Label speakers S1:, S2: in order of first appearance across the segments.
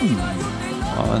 S1: Mm. Ja,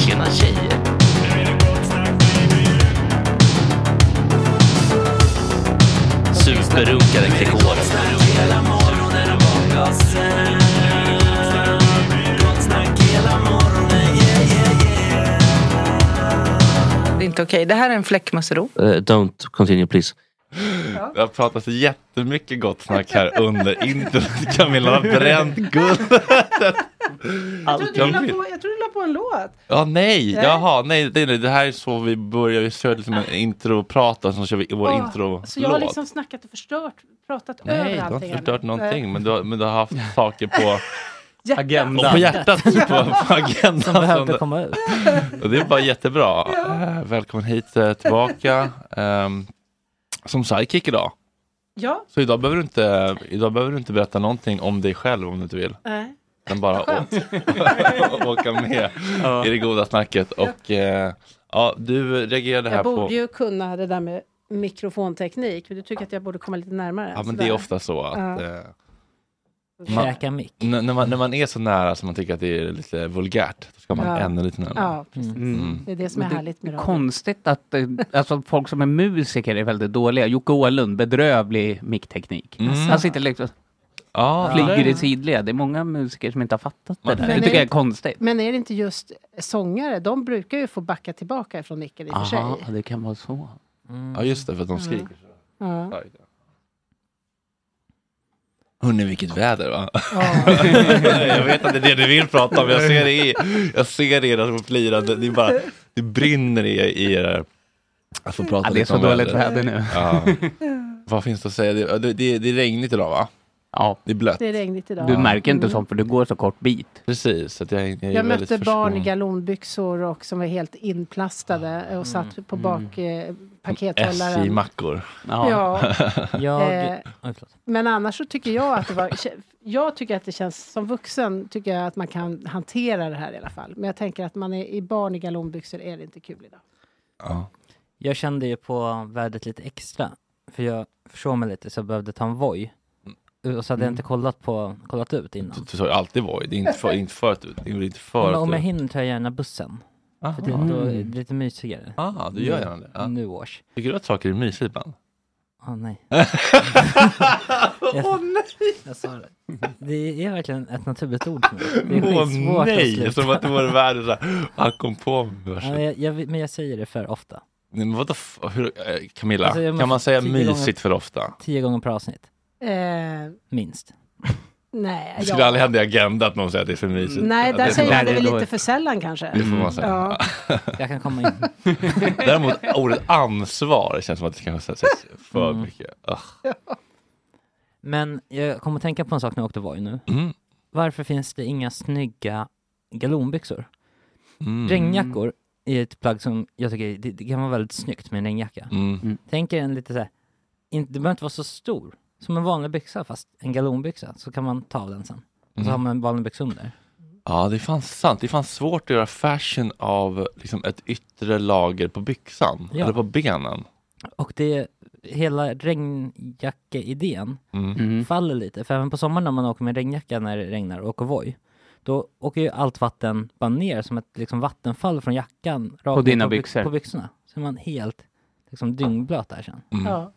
S2: Tjena tjejer! Superrunkare Gregor.
S3: Det är inte okej. Det här är en fläckmussero.
S2: Uh, don't continue please.
S1: Det har pratats jättemycket gott snack här under internet. Camilla har bränt guldet.
S3: Jag tror
S1: Allt
S3: du
S1: jag
S3: la
S1: vill.
S3: på, jag tror du la på en låt.
S1: Ja, nej,
S3: Nej.
S1: jaha, nej, det, det här är så vi börjar. Vi kör liksom en introprata, så kör vi vår
S3: Åh,
S1: introlåt.
S3: Så jag har liksom snackat och förstört, pratat
S1: Nej,
S3: över
S1: du har
S3: allting.
S4: Eh.
S1: inte förstört någonting, men du, har, men du har haft saker på
S5: Agenda.
S1: Och på hjärtat, på, på agendan.
S6: som behövde
S1: som-
S6: komma ut.
S1: Och det är bara jättebra. Eh, välkommen hit eh, tillbaka. Ehm, som sidekick idag.
S3: Ja.
S1: Så idag behöver, du inte, idag behöver du inte berätta någonting om dig själv om du inte
S4: Eh,
S1: vill.
S3: Nej.
S1: Utan bara å- åka med i det goda snacket. Och eh, ja, du reagerade här
S4: Jag
S1: på...
S4: borde ju kunna det där med mikrofonteknik. men Du tycker att jag borde komma lite närmare.
S1: Ja, men
S4: sådär.
S1: det är ofta så att...
S4: Ja.
S1: eh, man,
S6: Käka mick.
S1: n- när, man, när man är så nära så man tycker att det är lite vulgärt, då ska man
S4: Ja.
S1: ännu lite närmare.
S4: Ja, precis.
S1: Mm.
S4: Det är det som är
S5: Men det-
S4: härligt med radio.
S5: Konstigt att eh, alltså, folk som är musiker är väldigt dåliga. Jocke Åhlund, bedrövlig mickteknik.
S1: Mm.
S5: Han sitter liksom
S1: Ja,
S5: flyger i sidled. Det är många musiker som inte har fattat det
S1: Men-
S5: där.
S4: Men
S5: Det
S4: det-
S5: tycker jag är konstigt.
S4: Men är det inte just sångare? De brukar ju få backa tillbaka från micken i och för sig.
S5: Aha, det kan vara så.
S1: ja, just det, för att de
S4: Mm.
S1: skriker.
S4: Ja.
S1: Hörni, vilket väder va?
S4: Ja.
S1: jag vet att det är det du vill prata om, jag ser det i, jag ser det i era flirar, det, det, är bara, det brinner i, i er. Jag får prata
S5: Ja, det är
S1: lite
S5: så
S1: om
S5: dåligt
S1: vädret.
S5: väder nu.
S1: Ja. Vad finns det att säga? Det, det, det, det är regnigt idag va?
S5: Ja,
S1: Det är blött.
S4: Det är regnigt idag.
S5: du märker inte
S4: Mm.
S5: sånt för du går så kort bit.
S1: Precis, så att jag, jag är
S4: Jag
S1: väldigt
S4: mötte barn i
S1: förskonad.
S4: galonbyxor och som var helt
S6: Mm.
S4: inplastade och satt på bak eh, pakethållaren.
S1: SJ-mackor.
S5: Ja.
S4: Ja,
S6: Jag...
S4: eh,
S6: Oj, förlåt.
S4: men annars så tycker jag att det var... Jag tycker att det känns... Som vuxen tycker jag att man kan hantera det här i alla fall. Men jag tänker att man är i barn i galonbyxor är det inte kul idag.
S1: Ja.
S6: Jag kände ju på vädret lite extra, för jag försov mig lite så jag behövde ta en Voi. Och så hade jag inte kollat, på, kollat ut
S1: Mm. Du-
S6: innan.
S1: Du sa ju alltid Voi, det är inte för, inte förut. Det är inte
S6: Men
S1: förut.
S6: om jag hinner tar jag gärna bussen, för det, då är det lite mysigare.
S1: ah, du gör gärna det. Ja.
S6: Nu års.
S1: Tycker du att saker är mysigt ibland?
S6: Åh nej. Åh nej! Jag sa det. Det är verkligen ett naturligt ord för mig. Det är skitsvårt att
S1: nej!
S6: sluta.
S1: Som att det vore värre såhär, han kom på mig. värsta
S6: Ja, jag, jag, men jag säger det för ofta.
S1: Nej, men vadå, f- hur, eh, Camilla,
S6: Alltså, jag måste-
S1: kan man säga
S6: tio gånger-
S1: mysigt för ofta?
S6: Tio gånger per avsnitt,
S4: Eh,
S6: minst.
S4: nej,
S1: Det skulle
S4: jag...
S1: aldrig hända i Agenda att någon säger att det är för mysigt.
S4: Nej,
S1: Att
S4: där
S1: det är
S4: säger
S1: för-
S4: jag det väl
S5: Nej, då är-
S4: lite för sällan kanske.
S1: Det får man säga.
S4: Ja.
S6: Jag kan komma in.
S1: Däremot ordet ansvar känns som att det kanske sägs för
S6: Mm.
S1: mycket. Ugh.
S6: Men jag kommer att tänka på en sak när jag åkte Voi nu.
S1: Mm.
S6: Varför finns det inga snygga galonbyxor?
S1: Mm.
S6: Regnjackor är ett plagg som jag tycker det, det kan vara väldigt snyggt med en regnjacka.
S1: Mm.
S6: Tänk er en lite så här, inte, det behöver inte vara så stor, som en vanlig byxa fast en galonbyxa, så kan man ta av den sen. Och
S1: Mm.
S6: så har man en vanlig byxa under.
S1: Ja, det är fan sant. Det är fan svårt att göra fashion av liksom, ett yttre lager på byxan
S6: Ja.
S1: eller på benen.
S6: Och det, hela regnjacka-idén
S1: Mm.
S4: Mm.
S6: faller lite, för även på sommaren när man åker med regnjacka när det regnar och åker Voi, då åker ju allt vatten bara ner som ett liksom, vattenfall från jackan. Rakt
S5: På
S6: ner
S5: dina
S6: by-
S5: byxor.
S6: På byxorna. Så är man helt liksom, dyngblöt där sen.
S1: Mm.
S4: Ja,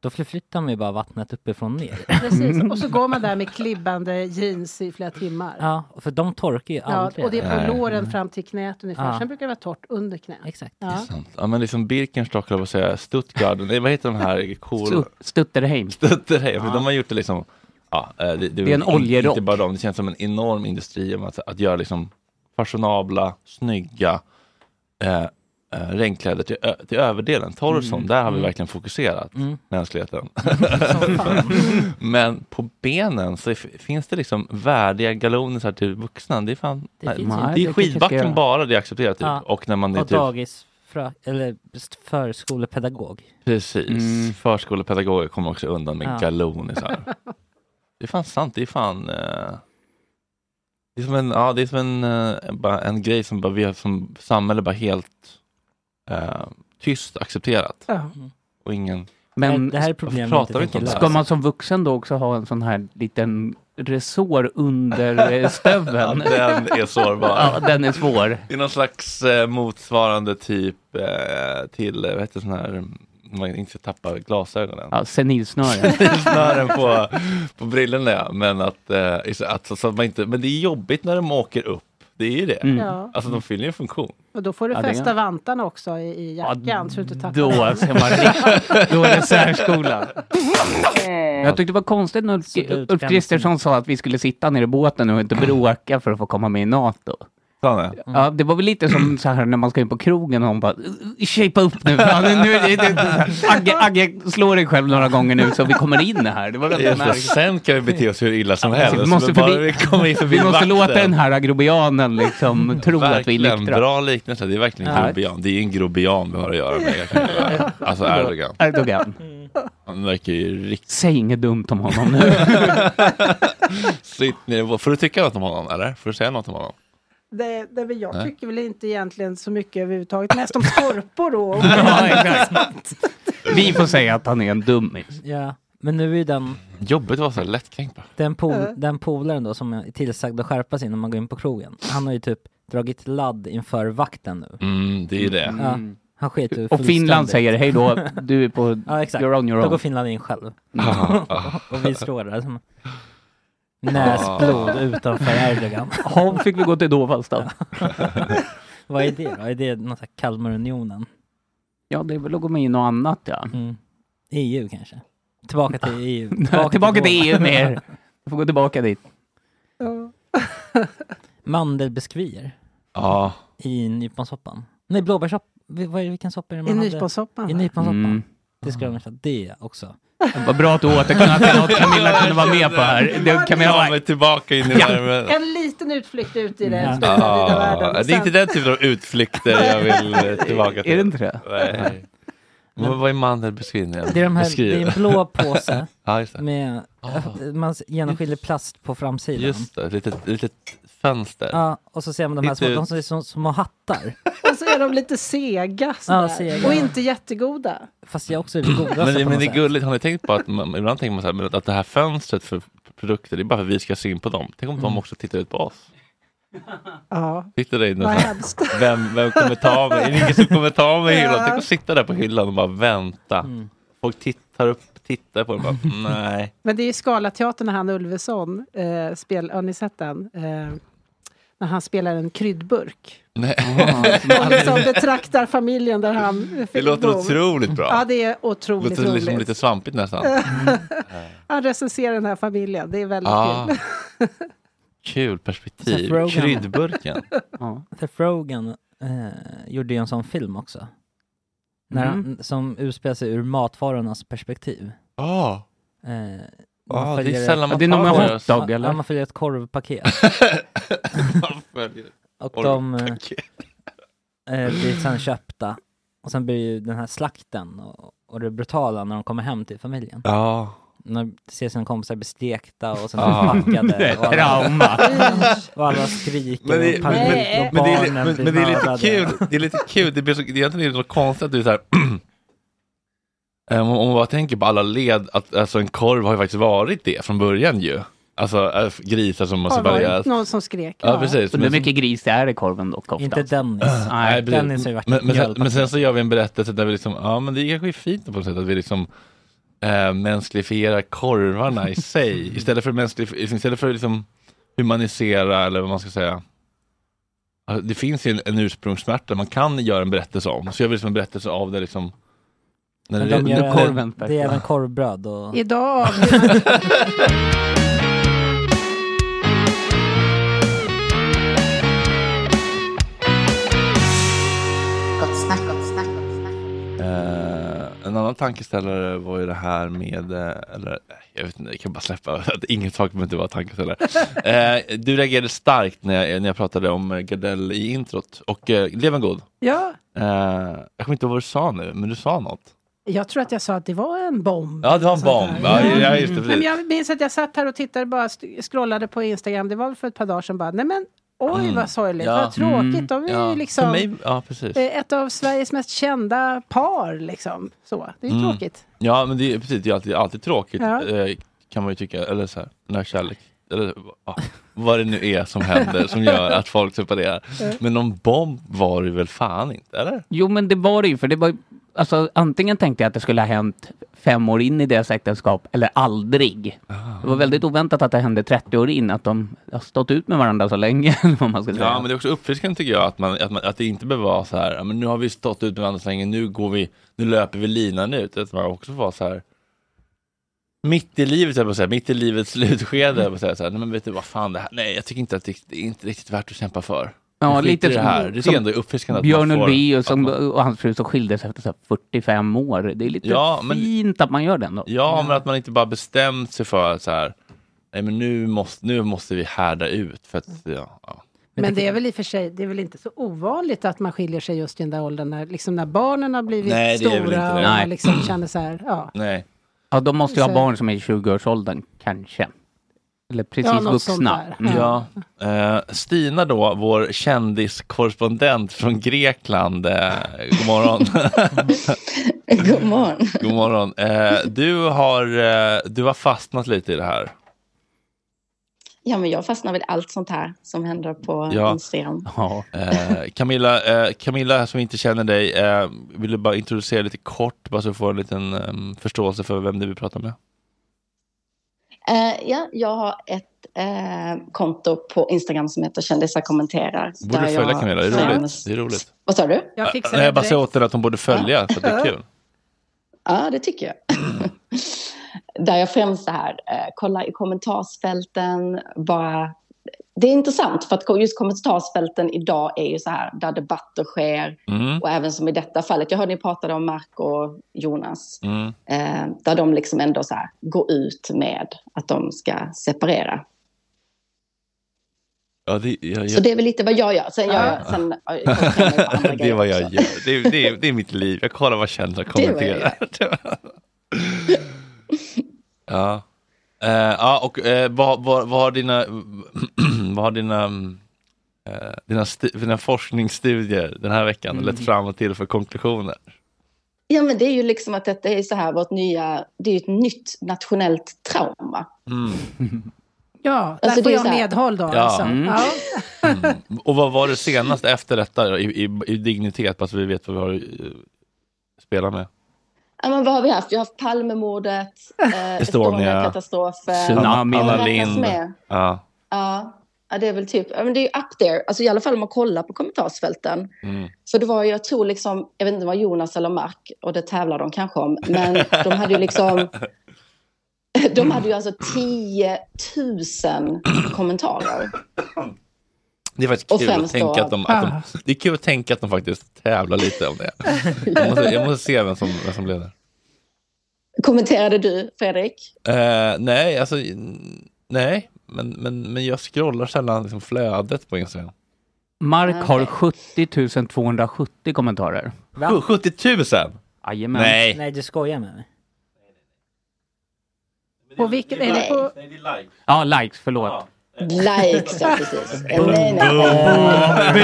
S6: Då förflyttar man ju bara vattnet uppifrån ner.
S4: precis. Och så går man där med klibbande jeans i flera timmar. Ja.
S6: Ja, för de torkar ju aldrig.
S4: och det är på
S1: Nej. Mm.
S4: låren fram till knät ungefär.
S6: Ja.
S4: Sen brukar det vara torrt under knät.
S6: Exakt.
S4: Ja.
S1: Sant. Ja, men liksom Birkenstock, eller vad säger jag, Stuttgart, nej vad heter de här cool...
S5: Stu- Stutterheim.
S1: Stutterheim, för de har gjort det liksom Ja, eh, det,
S5: Det är en
S1: inte-
S5: oljerock.
S1: Inte bara de, det känns som en enorm industri om att, att göra liksom fashionabla, snygga eh, eh, regnkläder till, ö, till överdelen. Torson,
S5: Mm.
S1: där har vi verkligen fokuserat mänskligheten. Men på benen så f- finns det liksom värdiga galoner så här till vuxna. Det är fan,
S6: Det
S1: nej,
S6: finns ju
S5: inte.
S1: det är
S5: Det kanske ska
S1: skidbacken
S5: jag-
S1: bara det är accepterat typ.
S6: Ja.
S1: Och när man är
S6: Och
S1: typ
S6: dagis, frö, eller just förskolepedagog.
S1: Precis.
S5: Mm.
S1: Förskolepedagoger kommer också undan med
S6: Ja.
S1: galonisar. Det är fan sant. Det är fan... eh, det är som en, ja, det är som en, eh, bara en grej som, bara, vi har som samhälle bara helt eh, tyst accepterat.
S4: Ja.
S1: Och ingen...
S5: Men
S6: det här är problem
S1: varför pratar vi
S6: tänker
S1: inte om
S6: lösa.
S1: det
S5: Ska man som vuxen då också ha en sån här liten resår under eh,
S1: Ja,
S5: stöveln?
S1: den är sårbar.
S5: Ja, den är svår.
S1: Det är någon slags eh, motsvarande typ eh, till, eh, vad heter sån här, om man inte ska tappa glasögonen.
S5: Ja, senilsnöre.
S1: snören på, på brillorna ja. Men, att, eh, is- att, så, så att man inte, men det är jobbigt när de åker upp. Det är ju det.
S5: Mm.
S4: Ja.
S1: Alltså de fyller ju en funktion.
S4: Och då får du
S5: Ja, det är-
S4: fästa vantarna också i, i jackan så du inte tappar
S5: Då
S4: den.
S5: ska man rikt- Då är det särskola. Jag tyckte det var konstigt när Ulf-
S6: Absolut,
S5: Ulf
S6: fem-
S5: Kristersson sa att vi skulle sitta nere i båten och inte bråka för att få komma med i NATO.
S1: Mm. Sa han det? Mm.
S5: Ja, det var väl lite som så här när man ska in på krogen och hon bara shapea upp nu. Fan, nu är det, det, det, Agge, Agge, slå dig själv några gånger nu så vi kommer in här. Det var väldigt
S1: Just det,
S5: märkligt.
S1: Sen kan vi bete oss hur illa som helst.
S5: Alltså, vi måste,
S1: Men bara
S5: förbi,
S1: vi kommer in förbi
S5: vi måste
S1: vakten.
S5: låta den här agrobianen liksom tro att vi är
S1: Verkligen,
S5: nyktra.
S1: bra liknelse. Det är verkligen
S5: Ja.
S1: grobian. Det är en grobian vi har att göra med. Jag kan ju säga. Alltså Erdogan.
S5: Erdogan.
S1: Han verkar ju riktigt...
S5: Säg inget dumt om honom nu.
S1: Sitt ner. Får du tycka något om honom eller? Får du säga något om honom?
S4: Det, det, väl jag
S1: Nej.
S4: tycker väl inte egentligen så mycket överhuvudtaget. Mest om skorpor då.
S5: Ja, exakt. Vi får säga att han är en dummis.
S6: Ja, men nu är ju den,
S1: Jobbigt att vara så här lättkränkt bara.
S6: den, pol,
S4: Ja.
S6: den polaren då som är tillsagd att skärpa sig när man går in på krogen. Han har ju typ dragit ladd inför vakten nu.
S1: Mm, det är ju det.
S6: Ja, han skiter ju
S5: Och Finland
S6: fullständigt.
S5: säger hej då, du är på
S6: Ja, exakt.
S5: your own your
S6: Då går
S5: own.
S6: Finland in själv.
S1: Ah, ah.
S6: Och vi står där som näsblod utanför Erdogan.
S5: Jaha, fick vi gå till Dåvallsta.
S6: Vad är det då? Är det något här Kalmarunionen?
S5: Ja, det är väl att gå med i något annat ja.
S6: Mm. EU kanske? Tillbaka till EU.
S5: Tillbaka, till E EU
S6: Polen.
S5: med er. Du får gå tillbaka dit.
S4: Ja.
S6: Mandelbiskvier
S1: Ja,
S6: i
S5: Mm.
S6: nyponsoppan. Nej, blåbärssoppa. Vi- vad är det- Vilken soppa är det
S4: I
S6: man hade?
S4: nyponsoppan.
S6: I
S4: va?
S6: nyponsoppan.
S5: Mm.
S6: Det skulle jag vilja säga. Det också.
S5: Vad bra att du återknöt till något Camilla kunde vara med på här. Det, Camilla
S1: ta
S5: var
S1: mig tillbaka in i värmen.
S4: En liten utflykt ut i den
S6: Ja.
S5: Mm.
S4: stora vida
S1: Ah,
S4: världen.
S1: det är inte den typen av utflykter jag vill eh, tillbaka till.
S5: Är det inte det?
S1: Nej. Men vad är mandelbeskrivningen?
S6: Det är, de här,
S1: Beskriv.
S6: det är en blå påse
S1: Ja, just det.
S6: med eh, man ser genomskinlig plast på framsidan.
S1: Just det, ett litet, litet fönster.
S6: Ja, och så ser man de här
S1: Inte
S6: små, de
S1: ut.
S6: som är som små hattar.
S4: Och så är de lite sega, sådär.
S6: Ja, sega.
S4: och inte jättegoda.
S6: Fast jag också är det godaste
S1: Men, det-
S6: på
S1: men
S6: något
S1: det är
S6: sätt.
S1: gulligt, har ni tänkt på att man, ibland tänker man så här, men att det här fönstret för produkter, det är bara för att vi ska se in på dem. Tänk om
S6: Mm.
S1: de också tittar ut på oss.
S4: Ja,
S1: Sitter där inne
S4: vad
S1: och så här,
S4: hemskt.
S1: vem, vem kommer ta av mig? Är det ingen som kommer ta av mig i hyllan? Tänk att sitta där på hyllan och bara vänta.
S6: Mm.
S1: Folk tittar upp, tittar på en och bara, nej.
S4: Men det är ju Scalateatern när han Ulveson, eh, spel, har ni sett den? Eh, när han spelar en kryddburk.
S1: nej.
S4: Och liksom betraktar familjen där han eh,
S1: Det
S4: fick
S1: låter
S4: bo.
S1: otroligt bra.
S4: Ja, det är
S1: det
S4: otroligt
S1: låter
S4: roligt.
S1: liksom lite svampigt nästan.
S4: Han recenserar den här familjen, det är väldigt
S1: Ah.
S4: kul.
S1: Kul
S6: Seth
S1: perspektiv.
S6: Rogen.
S1: Kryddburken.
S5: Ja.
S6: Seth Rogen eh, gjorde ju en sån film också. När
S1: Mm.
S6: han, som utspelar sig ur matvarornas perspektiv.
S1: Ja,
S6: Eh, man
S1: ah, det är
S6: följer
S1: sällan
S5: Ja,
S1: man
S5: det är någon med
S1: tar det.
S5: hotdog
S6: Ja,
S5: eller?
S6: man följer ett korvpaket.
S1: Man följer.
S6: Och
S1: Korv.
S6: de eh, eh, blir sen köpta. Och sen blir ju den här slakten och, och det brutala när de kommer hem till familjen.
S1: Ja.
S6: När de ser sina kompisar bli stekta och sen
S1: Ah.
S5: Det är
S6: packade.
S5: ett
S6: Och alla,
S5: trauma.
S6: och alla skriker
S1: Men det,
S6: och
S1: men, men,
S6: panik
S1: men,
S6: och
S1: det, är,
S6: barnen
S1: men,
S6: blir
S1: men det är lite
S6: mördade.
S1: kul, det är lite kul, det blir så, det är egentligen är det så konstigt att du är så här Ehm, om om man bara tänker på alla led, att alltså en korv har ju faktiskt varit det från början ju. Alltså äh, grisar som måste
S4: Har
S1: börja...
S4: varit någon som skrek.
S1: Ja, precis.
S5: Undrar
S1: Men,
S5: hur mycket gris det är i korven dock ofta.
S6: Inte Dennis.
S5: Nej,
S1: precis.
S6: Dennis har ju varit
S1: men, men, sen,
S6: mjölk.
S1: men sen så gör vi en berättelse där vi liksom, ja men det kanske är fint på något sätt att vi liksom äh, mänsklifiera korvarna i sig. Istället för, mänskli- istället för liksom humanisera eller vad man ska säga. Alltså, Det finns ju en, en ursprungssmärta man kan göra en berättelse om. Så jag vill liksom en berättelse av det liksom. När
S6: Men
S1: det-
S6: de gör
S1: när-
S5: korven.
S6: Det är även korvbröd och...
S4: Idag avgör
S1: Eh, en annan tankeställare var ju det här med, eh, eller eh, jag vet inte, jag kan bara släppa att inget sak behöver inte vara tankeställare. Eh, du reagerade starkt när jag, när jag pratade om eh, Gardell i introt och eh, lev en god.
S4: Ja,
S1: Eh, jag kommer inte ihåg vad du sa nu, men du sa något.
S4: jag tror att jag sa att det var en bomb.
S1: Ja, det var en bomb. Ja, ja, just det,
S4: Nej, men
S1: precis.
S4: jag minns att jag satt här och tittade, bara st- scrollade på Instagram. Det var väl för ett par dagar sedan bara, nej men oj
S1: Mm.
S4: vad sorgligt,
S1: Ja.
S4: vad tråkigt.
S5: Mm.
S4: De är
S1: Ja,
S4: ju
S1: för
S4: liksom
S1: mig, ja, precis.
S4: eh, ett av Sveriges mest kända par liksom. Så, det är ju
S1: Mm.
S4: tråkigt.
S1: Ja, men det är, precis, det är alltid, alltid tråkigt
S4: Ja.
S1: eh, kan man ju tycka, eller så här, när kärlek, eller ja, vad det nu är som händer som gör att folk separerar. Men någon bomb var det väl fan inte, eller?
S5: Jo men det var det ju för det var ju- Alltså antingen tänkte jag att det skulle ha hänt fem år in i deras äktenskap eller aldrig.
S1: Ah.
S5: Det var väldigt oväntat att det hände 30 år in, att de har stått ut med varandra så länge. eller vad man ska säga.
S1: Ja, men det är också uppfriskande tycker jag att, man, att, man, att det inte behöver vara så här, "Ja, men nu har vi stått ut med varandra så länge, nu, går vi, nu löper vi linan ut. Utan man också får vara så här, mitt i livet, jag säga, mitt i livets slutskede, jag säga, så här, nej men vet du vad fan det här, nej jag tycker inte att det, det är inte riktigt värt att kämpa för.
S5: Ja,
S1: Skit i
S5: lite
S1: det
S5: som-
S1: här. Det är
S5: som
S1: ändå uppfriskande att
S5: Björn
S1: man får-
S5: Ulvaeus som- och hans fru som skildes efter så här 45 år. Det är lite
S1: Ja, men-
S5: fint att man gör Mm. det ändå.
S1: Ja,
S4: Mm.
S1: men att man inte bara bestämt sig för så här, nej men nu måste, nu måste vi härda ut för att,
S4: Mm.
S1: ja. ja.
S4: Men det är väl i och för sig, det är väl inte så ovanligt att man skiljer sig just i den där åldern när, liksom när barnen har blivit
S5: Nej, det är väl inte
S4: stora
S5: det.
S4: och
S5: Nej.
S4: man liksom känner så här, ja.
S1: Nej.
S5: Ja, de måste ju ha
S4: Så-
S5: barn som är i 20-årsåldern, kanske. Eller precis
S4: Ja, något sånt
S5: vuxna.
S4: där.
S5: Mm.
S1: Ja. Eh, Stina då, vår kändiskorrespondent från Grekland. Eh, god morgon.
S7: God morgon.
S1: god morgon. Eh, du, har, eh, du har fastnat lite i det här.
S7: Ja, men jag fastnar vid allt sånt här som händer på
S1: Ja.
S7: Instagram.
S1: Eh, Camilla, eh, Camilla som inte känner dig, eh, vill du bara introducera lite kort, bara så du får en liten eh, förståelse för vem du vill prata med?
S7: Eh, ja, jag har ett eh, konto på Instagram som heter Kändisar kommenterar.
S1: Borde du
S7: där
S1: följa
S7: jag
S1: Camilla, det är
S7: främst-
S1: roligt. Det är roligt.
S7: Vad sa du?
S1: Jag, Nej, jag bara säger åt henne att hon borde följa, för att det är
S7: Ja.
S1: kul.
S7: Ja, det tycker jag. Där jag främst så här, eh, kolla i kommentarsfälten, bara... Det är intressant, för att just kommentarsfälten idag är ju så här, där debatter sker.
S1: Mm.
S7: Och även som i detta fallet, jag hörde ni pratade om Mark och Jonas.
S1: Mm.
S7: Eh, där de liksom ändå så här, går ut med att de ska separera.
S1: Ja, det, jag,
S7: Så det är väl lite vad jag gör. Sen gör jag, sen, eh, jag kollar ju på andra
S1: det är
S7: grejer
S1: vad jag
S7: också.
S1: gör. Det är, det, är, det är mitt liv. Jag kollar vad kändisar
S7: Det är vad jag
S1: kommenterar. ja. Eh, ja, och eh, vad, vad, vad har dina, vad har dina, eh, dina, stu, dina forskningsstudier den här veckan
S7: Mm.
S1: lett fram till för konklusioner?
S7: Ja, men det är ju liksom att detta är så här vårt nya, det är ju ett nytt nationellt trauma.
S1: Mm.
S4: Ja, där
S7: Alltså,
S4: får
S7: det är
S4: jag
S7: så här-
S4: medhåll då
S1: Ja.
S4: alltså.
S1: Mm.
S4: Ja.
S1: Och vad var det senast efter detta då, i, i, i dignitet, bara så vi vet vad vi har eh, spela med?
S7: Eh, Ja, men vad har vi haft? Vi har haft Palmemordet, eh,
S1: Estonia.
S7: Estonia-katastrofen.
S1: Tsunamin.
S7: Vad
S1: Anna
S7: räknas
S1: Lindh.
S7: med?
S1: Ja.
S7: Ja. ja, det är väl typ, ja, men det är ju up there, alltså i alla fall om man kollar på kommentarsfälten.
S1: Mm.
S7: För det var ju, jag tror liksom, jag vet inte vad Jonas eller Mark, och det tävlar de kanske om, men de hade ju liksom, de hade ju alltså 10 000 kommentarer.
S1: Det är faktiskt
S7: Och
S1: kul att
S7: främst
S1: tänka
S7: då-
S1: att de, att de, det är kul att tänka att de faktiskt tävlar lite om det. Jag måste, jag måste se vem som, vem som leder.
S7: Kommenterade du, Fredrik?
S1: Eh, nej, alltså, mm, nej, men, men, men jag scrollar sällan liksom flödet på Instagram.
S5: Mark har
S7: Okej.
S5: 70 270 kommentarer.
S1: Sju- 70 000?
S5: Jajamän.
S1: Nej.
S6: Nej, du skojar med mig.
S4: På vilken, är det på,
S5: Ja, likes, förlåt.
S7: Likes, ja precis. Nej, nej.
S5: Bu!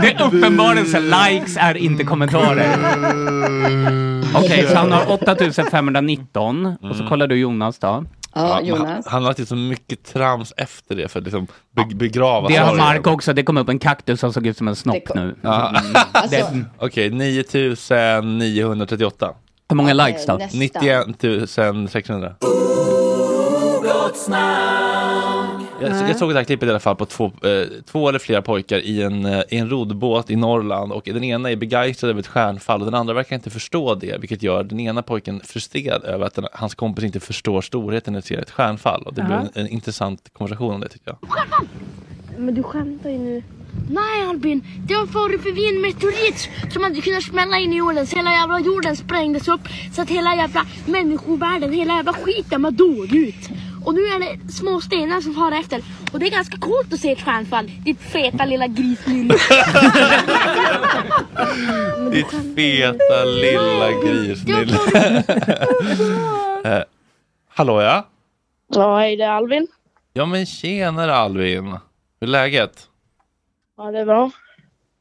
S5: Det är uppenbarelse, likes är inte kommentarer.
S1: Mm.
S5: Okej, så han har 8519 och
S1: Mm.
S5: så kollar du Jonas då.
S7: Ja,
S1: men han,
S7: Jonas.
S1: han har alltid så mycket trams efter det för att liksom be, begrava
S5: Det har
S1: sorgen.
S5: Mark också, det kom upp en kaktus som såg ut som en
S7: Det
S5: snopp
S7: kom-
S5: nu.
S1: Ja.
S7: Alltså,
S1: Ah. Okej, 9 938.
S5: Hur många likes då?
S7: nästan.
S1: 91 600. Jag, jag såg det här klippet i alla fall på två, eh, två eller flera pojkar i en, eh, i en roddbåt i Norrland och den ena är begeistrad över ett stjärnfall och den andra verkar inte förstå det vilket gör den ena pojken frustrerad över att den, hans kompis inte förstår storheten när det ser ett stjärnfall och det blir en, en intressant konversation om det tycker jag.
S8: Men du skämtar ju nu. Nej Albin, det var förut förbi en meteorit som hade kunnat smälla in i jorden så hela jävla jorden sprängdes upp så att hela jävla människovärlden, hela jävla skiten var dog ut. Och nu är det små stenar som far efter och det är ganska coolt att se ett stjärnfall. Ditt feta lilla grisnynne.
S1: Ditt feta lilla grisnille. eh, hallå ja?
S8: Ja, hej det är Albin.
S1: Ja men tjenare Alvin! Hur är läget?
S8: Ja, det är bra.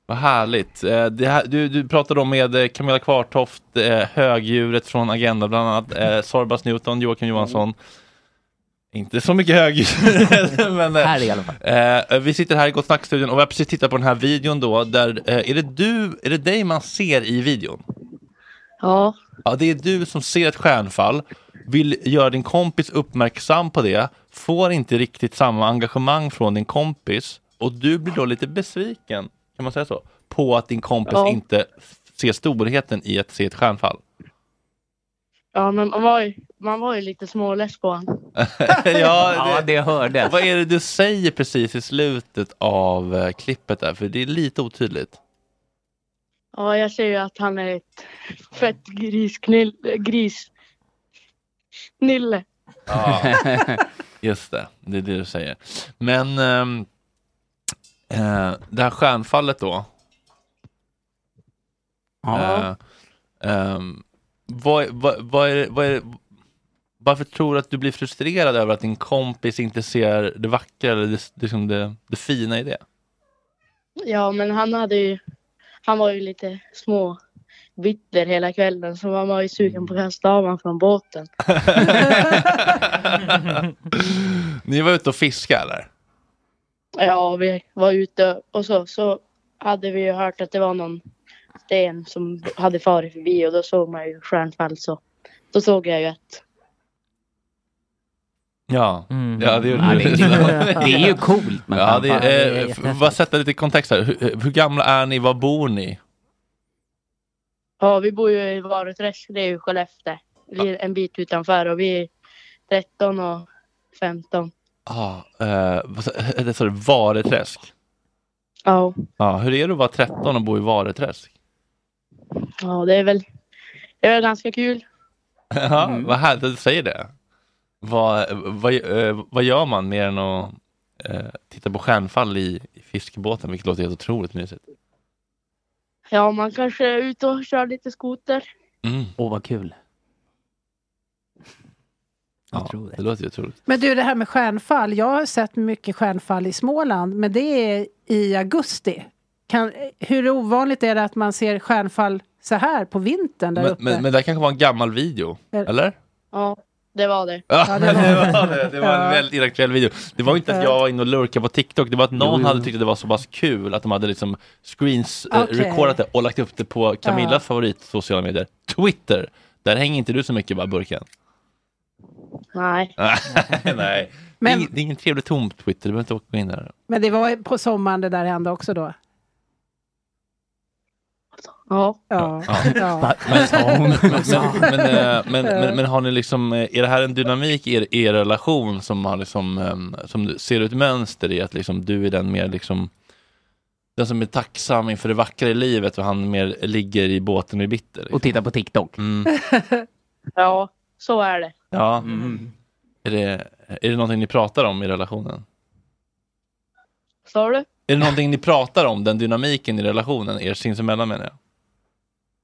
S1: Vad härligt. Eh, Det här, du, du pratade om med eh, Camilla Kvartoft, eh, högdjuret från Agenda bland annat, eh,
S5: Mm.
S1: Sorbas Newton, Joakim Johansson. Inte så mycket högdjur. men, eh,
S5: Här i alla fall.
S1: eh, vi sitter här i Gott Snack-studion och vi har precis tittat på den här videon då. Där, eh, är, det du, är det dig man ser i videon?
S8: Ja.
S1: Ja, det är du som ser ett stjärnfall, vill göra din kompis uppmärksam på det, får inte riktigt samma engagemang från din kompis och du blir då lite besviken, kan man säga så, på att din kompis
S8: Ja.
S1: inte f- ser storheten i att se ett stjärnfall.
S8: Ja, men man var ju, man var ju lite småless på honom.
S1: ja, det hördes. Vad är det du säger precis i slutet av eh, klippet där? För det är lite otydligt.
S9: Ja, jag säger att han är ett fett grisknill, gris... Nille.
S1: Ja, just det. Det är det du säger. Men ehm, eh, det här stjärnfallet då.
S5: Ja.
S1: Eh, ehm, vad, vad, vad är, det- vad är, det- varför tror du att du blir frustrerad över att din kompis inte ser det vackra eller det, liksom det, det fina i det?
S9: Ja, men han hade ju... Han var ju lite små bitter hela kvällen så man var ju sugen på att kasta av honom från båten.
S1: Ni var ute och fiskade eller?
S9: Ja, vi var ute och så, så hade vi ju hört att det var någon sten som hade farit förbi och då såg man ju stjärnfall så. Då såg jag ju att
S1: Ja, ja det,
S5: Mm. Ja, det- det är ju coolt med
S1: Ja, det,
S5: fan.
S1: är- eh,
S5: Ja,
S1: f- bara sätta lite i kontext här. Hur, hur gamla är ni? Var bor ni?
S9: Ja, vi bor ju i Varuträsk, det är ju Skellefteå. Li- En bit utanför och vi är 13 och 15.
S1: Ja, eh, vad sa- eh, det sa du, Vareträsk?
S9: Ja,
S1: Ja, hur är det att vara 13 och bo i Vareträsk?
S9: ja det är väl det är väl ganska kul.
S1: Ja, vad härligt att du säger det. Mm. Vad, vad, eh, vad gör man mer än att eh, titta på stjärnfall i, i fiskebåten, vilket låter helt otroligt mysigt.
S9: Ja, man kanske är ute och kör lite skoter.
S1: Mm.
S5: Åh, vad kul.
S1: Ja, det låter ju otroligt.
S4: Men du, det här med stjärnfall. Jag har sett mycket stjärnfall i Småland, men det är i augusti. Kan, hur ovanligt är det att man ser stjärnfall så här på vintern där
S1: Men,
S4: uppe?
S1: men, men det här kanske var en gammal video,
S4: Eller-
S1: eller?
S9: Ja, det var det.
S1: Ja, det var det. Det var
S9: Ja.
S1: en väldigt inaktuell video. Det var inte att jag var inne och lurkade på TikTok, det var att någon
S5: jo.
S1: hade tyckt att det var så pass kul att de hade liksom screens eh,
S5: Okej.
S1: recordat det och lagt upp det på Camillas
S5: Ja.
S1: favorit sociala medier, Twitter. Där hänger inte du så mycket va, Burken?
S9: Nej.
S1: Nej.
S4: Men-
S1: Det, är, det är ingen trevlig tom Twitter, du behöver inte åka in där.
S4: Men det var på sommaren det där hände också då?
S9: Ja.
S4: Ja.
S1: Ja.
S4: ja.
S1: Men, men, men, eh, men, men, men har ni liksom, eh, är det här en dynamik i er, i er relation som har liksom, ehm, som du- ser ut mönster i att liksom du är den mer liksom, den som är tacksam inför det vackra i livet och han mer ligger i båten och är bitter. Liksom. Och
S5: tittar på TikTok.
S1: Mm.
S9: Ja, så är det.
S1: Ja. Är, det, är det någonting ni pratar om i relationen?
S9: Sa du?
S1: Är det någonting ni pratar om, den dynamiken i relationen, er sinsemellan menar jag?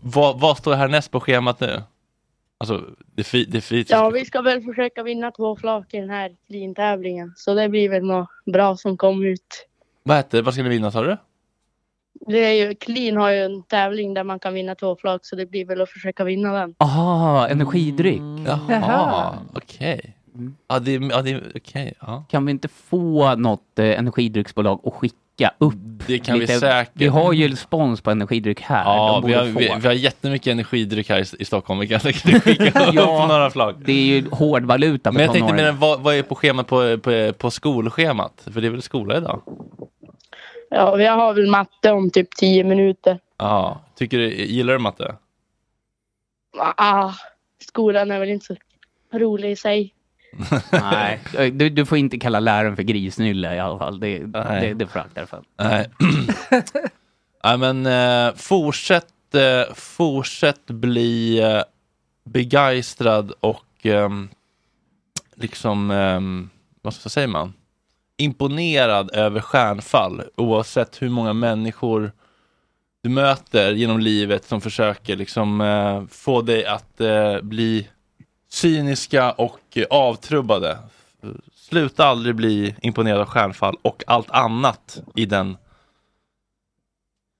S1: vad, vad står härnäst på schemat nu? Alltså, det, fi, det fysiska.
S9: Ja, vi ska väl försöka vinna två flak i den här lintävlingen. Så det blir väl något bra som kommer ut.
S1: Vad hette Vad ska ni vinna sa du?
S9: Det är ju, Clean har ju en tävling där man kan vinna två flak så det blir väl att försöka vinna den.
S5: Aha, energidryck.
S1: Jaha, Mm. okej. Ja, det, är- ja, det, är- okej, ja.
S5: Kan vi inte få något eh, energidrycksbolag att skicka upp?
S1: Det kan vi säkert.
S5: Vi har ju spons på energidryck här.
S1: Ja,
S5: De
S1: vi
S5: borde
S1: har,
S5: få.
S1: vi, vi har jättemycket energidryck här i, i Stockholm. Vi kan säkert skicka ja, upp några flagg.
S5: Det är ju hård valuta för
S1: Men jag tänkte mer
S5: tonåringar.
S1: än vad, vad är på schemat på, på, på skolschemat? För det är väl skola idag?
S9: Ja, vi har väl matte om typ tio minuter.
S1: Ja, tycker du, gillar du matte?
S9: Ah, skolan är väl inte så rolig i sig.
S5: Nej, du, du får inte kalla läraren för grisnylle i alla fall. Det, det, det föraktar jag för.
S1: Nej. Nej men eh, fortsätt, eh, fortsätt bli eh, begeistrad och ehm, liksom, ehm, vad, vad säger man? Imponerad över stjärnfall oavsett hur många människor du möter genom livet som försöker liksom eh, få dig att eh, bli cyniska och eh, avtrubbade. Sluta aldrig bli imponerad av stjärnfall och allt annat i den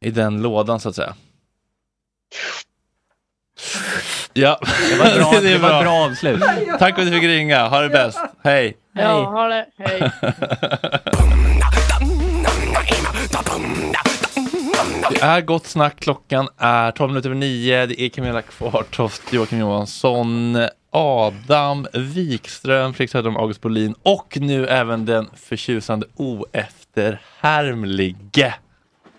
S1: i den lådan så att säga. Ja,
S5: Det var bra- det var bra avslut.
S1: Tack för att du fick ringa. Ha det bäst. Hej.
S9: Ja, ha det. Hej.
S1: Det är Gott Snack, klockan är 12 minuter över 9. Det är Camilla Kvartoft, Joakim Johansson, Adam Wikström, Fredrik Söderholm, August Bolin och nu även den förtjusande oefterhärmlige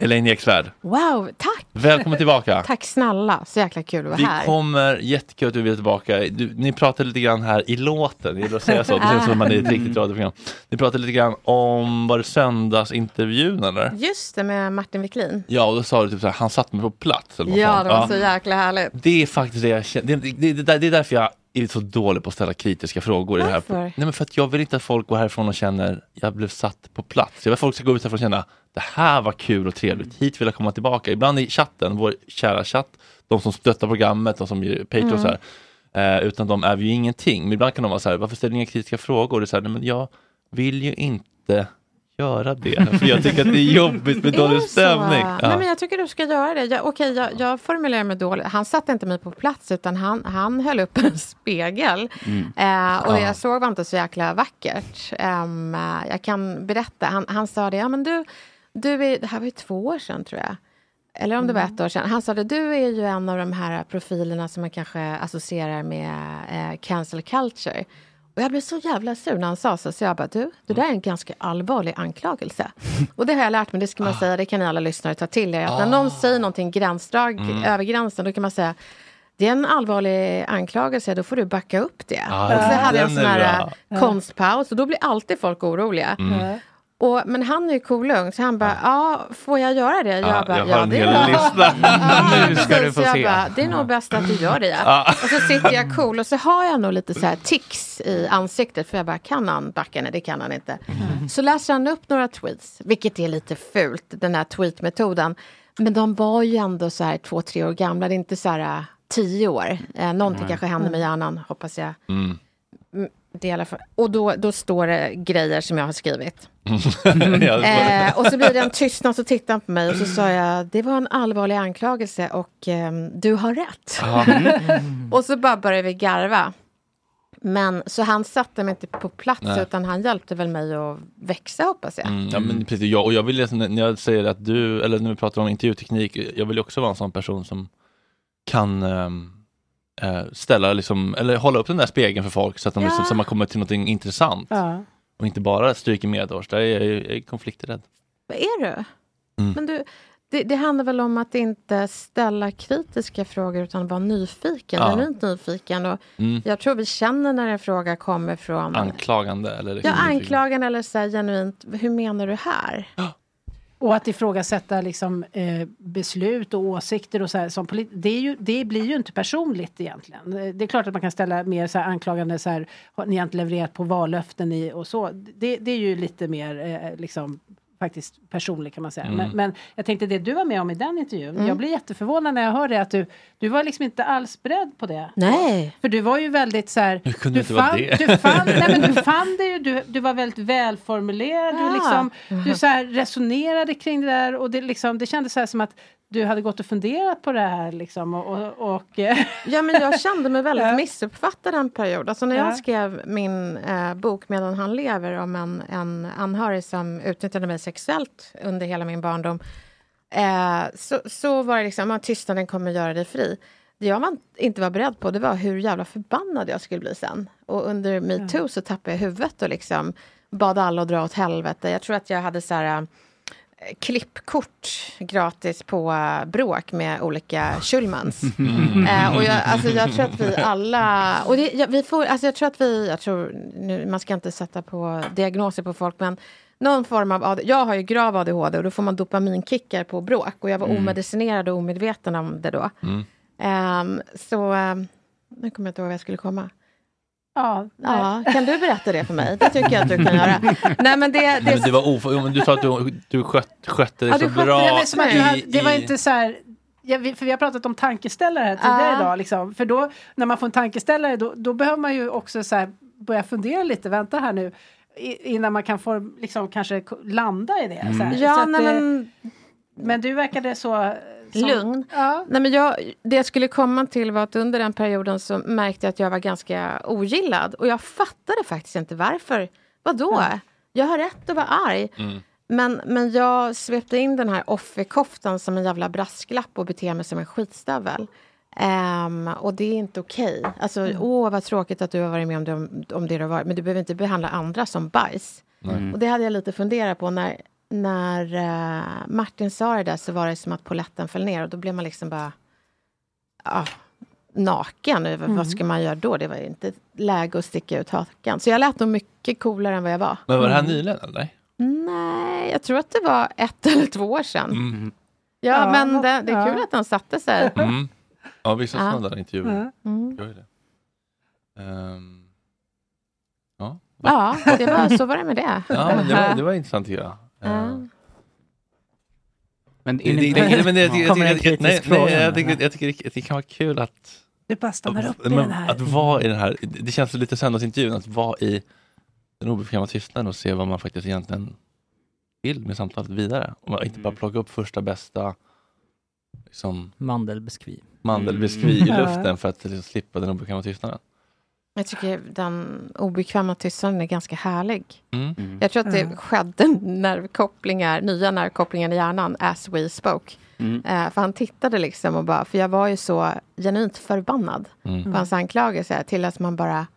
S1: Elaine Eksvärd.
S10: Wow, tack!
S1: Välkommen tillbaka.
S10: Tack snälla, så jäkla kul att vara
S1: Vi
S10: här.
S1: kommer, jättekul att du vill tillbaka. Du, ni pratade lite grann här i låten, jag gillar att säga så, det känns som att man
S10: Ah.
S1: är i ett riktigt radioprogram. Ni pratade lite grann om, var det söndagsintervjun eller?
S10: Just det, med Martin Wiklin.
S1: Ja, och då sa du typ så här, han satte mig på plats. Eller vad
S10: Ja,
S1: fan.
S10: det var så jäkla härligt.
S1: Det är faktiskt det jag känner. Det, det, det, det är därför jag är så dålig på att ställa kritiska frågor. I det här.
S10: Varför?
S1: Nej, men för att jag vill inte att folk går härifrån och känner jag blev satt på plats. Jag vill att folk ska gå ut härifrån och känna det här var kul och trevligt. Hit vill jag komma tillbaka. Ibland i chatten, vår kära chatt, de som stöttar programmet, de som ger Patreon
S11: Mm.
S1: så här. Eh, utan de är vi ju ingenting. Men ibland kan de vara så här, varför ställer ni inga kritiska frågor? Det är så här, nej, men jag vill ju inte göra det. För jag tycker att det är jobbigt med
S10: Är
S1: dålig
S10: det så?
S1: stämning. Ja.
S10: Nej, men jag tycker du ska göra det. Jag, okej, jag, jag formulerar mig dåligt. Han satte inte mig på plats, utan han, han höll upp en spegel.
S12: Mm.
S10: Eh, och det
S12: Ah.
S10: jag såg var inte så jäkla vackert. Ehm, eh, jag kan berätta. Han, han sa det, ja men du, du är, det här var ju två år sedan tror jag. Eller om det var
S12: Mm.
S10: ett år sedan. Han sa det, du är ju en av de här profilerna som man kanske associerar med eh, cancel culture. Och jag blev så jävla sur när han sa så, så jag bara, du, det där är en ganska allvarlig anklagelse. Och det har jag lärt mig, det ska
S12: Ah.
S10: man säga, det kan ni alla lyssnare ta till er. Att när någon säger någonting gränsdrag,
S12: Mm.
S10: över gränsen, då kan man säga, det är en allvarlig anklagelse, då får du backa upp det.
S12: Ah,
S10: och så hade jag en
S12: den
S10: sån
S12: är
S10: här
S12: bra.
S10: eh, konstpaus, och då blir alltid folk oroliga.
S12: Mm.
S10: Och, men han är ju kolugn, så han bara, ja, får jag göra det? Jag bara, ja, det är bra."
S1: nu
S10: Precis, jag Bara, det är nog bäst att du gör det.
S1: Ja.
S10: Och så sitter jag cool och så har jag nog lite så här tics i ansiktet. För jag bara, kan han backa? Nej, det kan han inte. Så läser han upp några tweets, vilket är lite fult, den här tweetmetoden. Men de var ju ändå så här två, tre år gamla. Det är inte så här äh, tio år. Eh, någonting
S12: Nej.
S10: kanske händer med hjärnan, hoppas jag.
S1: Mm.
S10: Mm, Det är i alla fall. Och då, då står det grejer som jag har skrivit.
S1: Mm. Ja,
S10: Eh, och så blir det en tystnad, så tittar han på mig och så sa jag, det var en allvarlig anklagelse och ehm, du har rätt.
S12: Ja.
S1: Mm.
S10: och så bara började vi garva. Men så han satte mig inte på plats
S1: Nej.
S10: utan han hjälpte väl mig att växa hoppas jag.
S1: Mm, ja, men precis. Jag, och jag vill, liksom- när jag säger att du, eller när vi pratar om intervjuteknik, jag vill ju också vara en sån person som kan ehm, eh, ställa, liksom, eller hålla upp den där spegeln för folk så att de liksom,
S4: Ja.
S1: så man kommer till något intressant.
S4: Ja.
S1: Och inte bara stryker medhårs, där är jag, ju- jag är konflikträdd.
S10: Vad är du?
S1: Mm.
S10: Men du, det, det handlar väl om att inte ställa kritiska frågor utan vara nyfiken,
S1: Ja.
S10: genuint nyfiken. Och
S1: Mm.
S10: Jag tror vi känner när en fråga kommer från
S1: Anklagande eller
S10: Ja,
S1: liksom,
S10: anklagan eller så här, genuint, hur menar du här?
S4: Och att ifrågasätta liksom, eh, beslut och åsikter och så här, som polit- det, är ju, det blir ju inte personligt egentligen. Eh, Det är klart att man kan ställa mer så här anklagande så här, har ni inte levererat på vallöften ni och så. Det, det är ju lite mer eh, liksom, faktiskt personligt kan man säga.
S12: Mm.
S4: Men, men jag tänkte det du var med om i den intervjun,
S10: Mm.
S4: jag blir jätteförvånad när jag hör det att du, du var liksom inte alls beredd på det.
S10: Nej.
S4: För du var ju väldigt så här,
S1: Hur kunde
S4: du,
S1: det vara
S4: fann,
S1: det?
S4: du fann, nej men du fann det ju, du, du var väldigt välformulerad,
S10: Ja. Mm.
S4: du liksom, du så här resonerade kring det där och det, liksom, det kändes så här som att du hade gått och funderat på det här liksom och... och, och
S10: Ja, men jag kände mig väldigt missuppfattad en period. Alltså när jag
S4: Ja.
S10: skrev min eh, bok Medan han lever om en, en anhörig som utnyttjade mig sexuellt under hela min barndom. Eh, så, så var det liksom, att tystnaden kommer göra dig fri. Det jag var, inte var beredd på det var hur jävla förbannad jag skulle bli sen. Och under metoo så tappade jag huvudet och liksom bad alla att dra åt helvete. Jag tror att jag hade så här... eh, klippkort gratis på eh, bråk med olika Schulmans.
S11: Mm.
S10: Eh, och jag, alltså, jag tror att vi alla... Och det, jag, vi får, alltså, jag tror att vi... Jag tror, nu, man ska inte sätta på diagnoser på folk, men någon form av... AD Jag har ju grav ADHD och då får man dopaminkickar på bråk. Och jag var
S11: Mm.
S10: omedicinerad och omedveten om det då.
S11: Mm.
S10: Ehm, så... ehm, nu kommer jag inte ihåg var jag skulle komma.
S4: Ja,
S10: Ja, kan du berätta det för mig? Det tycker jag att du kan göra. Nej, men det, det,
S1: Men det var of- jo, men du sa att du, du skött, skötte dig
S10: Ja,
S1: så
S10: du skötte-
S1: bra.
S4: Nej, men som att du hade,
S1: i-
S4: det var
S1: i-
S4: inte så här... Ja, vi, för vi har pratat om tankeställare här tidigare
S10: Ah.
S4: idag. Liksom. För då, när man får en tankeställare, då, då behöver man ju också så här, börja fundera lite. Vänta här nu. I, innan man kan få, liksom, kanske k- landa i det. Så här.
S10: Mm. Ja,
S4: så att
S10: nej,
S4: det-
S10: men-
S4: men du verkade så... eh, som-
S10: Lugn.
S4: Ja.
S10: Nej, men jag, det jag skulle komma till var att under den perioden så märkte jag att jag var ganska ogillad. Och jag fattade faktiskt inte varför. Vadå? Jag har rätt att vara arg. Men, men jag svepte in den här offerkoftan som en jävla brasklapp och beter mig som en skitstövel. Ehm, och det är inte okej. Alltså, åh vad tråkigt att du har varit med om det, om, om det du har varit. Men du behöver inte behandla andra som bajs.
S12: Mm.
S11: Nej.
S10: Och det hade jag lite funderat på. När, när eh, Martin sa det där så var det som att poletten föll ner. Och då blev man liksom bara ja, naken. V-
S11: Mm.
S10: Vad ska man göra då? Det var ju inte läge att sticka ut hakan. Så jag lät nog mycket coolare än vad jag var.
S1: Men var det här
S10: Mm.
S1: nyligen eller?
S10: Nej, jag tror att det var ett eller två år sedan.
S1: Mm.
S10: Ja,
S4: Ja,
S10: men
S4: vad-
S10: det, det är
S4: ja.
S10: kul att den satte sig.
S1: Mm. Ja, vissa
S10: Ja.
S1: sådana intervjuer
S10: Mm. Mm.
S1: gör ju det. Ehm, ja.
S10: Ja, det var, så var det med det.
S1: Ja, men det var, det var intressant tycker jag.
S10: Ja.
S5: Men
S1: Det- det- det- men det- jag- jag- jag-
S6: Kommer en
S1: jag- jag-
S6: kritisk
S1: nej,
S6: fråga
S1: nej,
S6: nu?
S1: jag tycker- Jag tycker det- det kan vara kul att
S4: Du bara stannar upp i
S1: men
S4: den här.
S1: Att vara i den här, det känns lite söndagsintervjun, att vara i den obekväma tystnaden och se vad man faktiskt egentligen vill med samtalet vidare. Och man
S6: Mm.
S1: inte bara plocka upp första bästa liksom,
S6: Mandelbiskvi.
S1: mandelbiskvi i
S10: Mm.
S1: luften för att liksom, slippa den obekväma tystnaden.
S10: Jag tycker den obekväma tystnaden är ganska härlig.
S1: Mm.
S10: Jag tror att det skedde nervkopplingar, nya nervkopplingar i hjärnan as we spoke.
S11: Mm.
S10: Eh, för han tittade liksom och bara, för jag var ju så genuint förbannad
S11: Mm.
S10: på hans anklagelse till att man bara,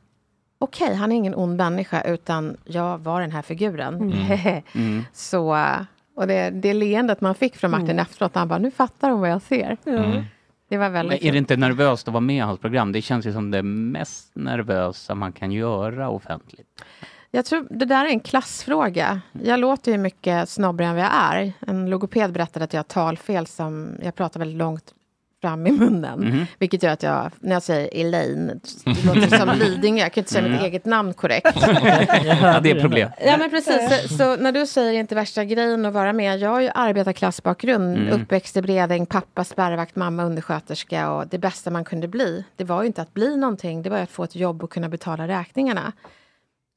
S10: okej, han är ingen ond människa utan jag var den här figuren.
S11: Mm. Mm.
S10: så, eh, och det, det leendet man fick från Martin efteråt, han bara, nu fattar de vad jag ser.
S5: Mm.
S10: Det var väldigt...
S5: Men Är det inte nervöst att vara med i hans program? Det känns ju som det mest nervösa man kan göra offentligt.
S10: Jag tror det där är en klassfråga. Jag låter ju mycket snobbigare än vad jag är. En logoped berättade att jag har talfel som... Jag pratar väldigt långt fram i munnen.
S11: Mhm.
S10: Vilket gör att jag, när jag säger Elaine, det låter som Lidingö. Jag kan inte säga mitt
S11: Mm.
S10: eget namn korrekt.
S5: Ja, det är ett problem.
S10: Ja men precis, så, så när du säger inte värsta grejen att vara med. Jag har ju arbetarklassbakgrund,
S11: Mm.
S10: uppväxt i Bredäng, pappa spärrvakt, mamma undersköterska och det bästa man kunde bli, det var ju inte att bli någonting, det var ju att få ett jobb och kunna betala räkningarna.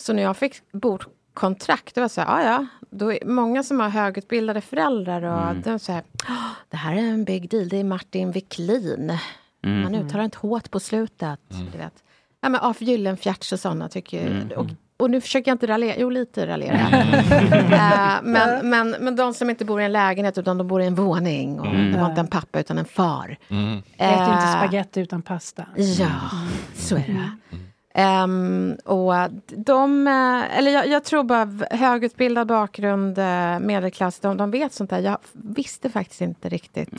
S10: Så när jag fick bordkontrakt, det var så här, "Ah, ja ja, då är många som har högutbildade föräldrar och
S11: Mm.
S10: de säger, "Ah, det här är en big deal, det är Martin Wiklin.
S11: Mm.
S10: Man uttalar inte hårt på slutet, du vet. Ja men Af Gyllenfiertz och sådana tycker ju,
S11: Mm.
S10: och, och nu försöker jag inte raljera, jo lite raljerar jag.
S11: Mm.
S10: Eh, men, men, men de som inte bor i en lägenhet utan de bor i en våning och
S11: Mm.
S10: de har inte en pappa utan en far.
S1: Mm.
S4: Jag äter inte
S10: Eh,
S4: spagetti utan pasta.
S10: Ja,
S11: Mm.
S10: så är det. Ehm, och de, eh, eller jag, jag tror bara v- högutbildad bakgrund, eh, medelklass, de, de vet sånt där. Jag f- visste faktiskt inte riktigt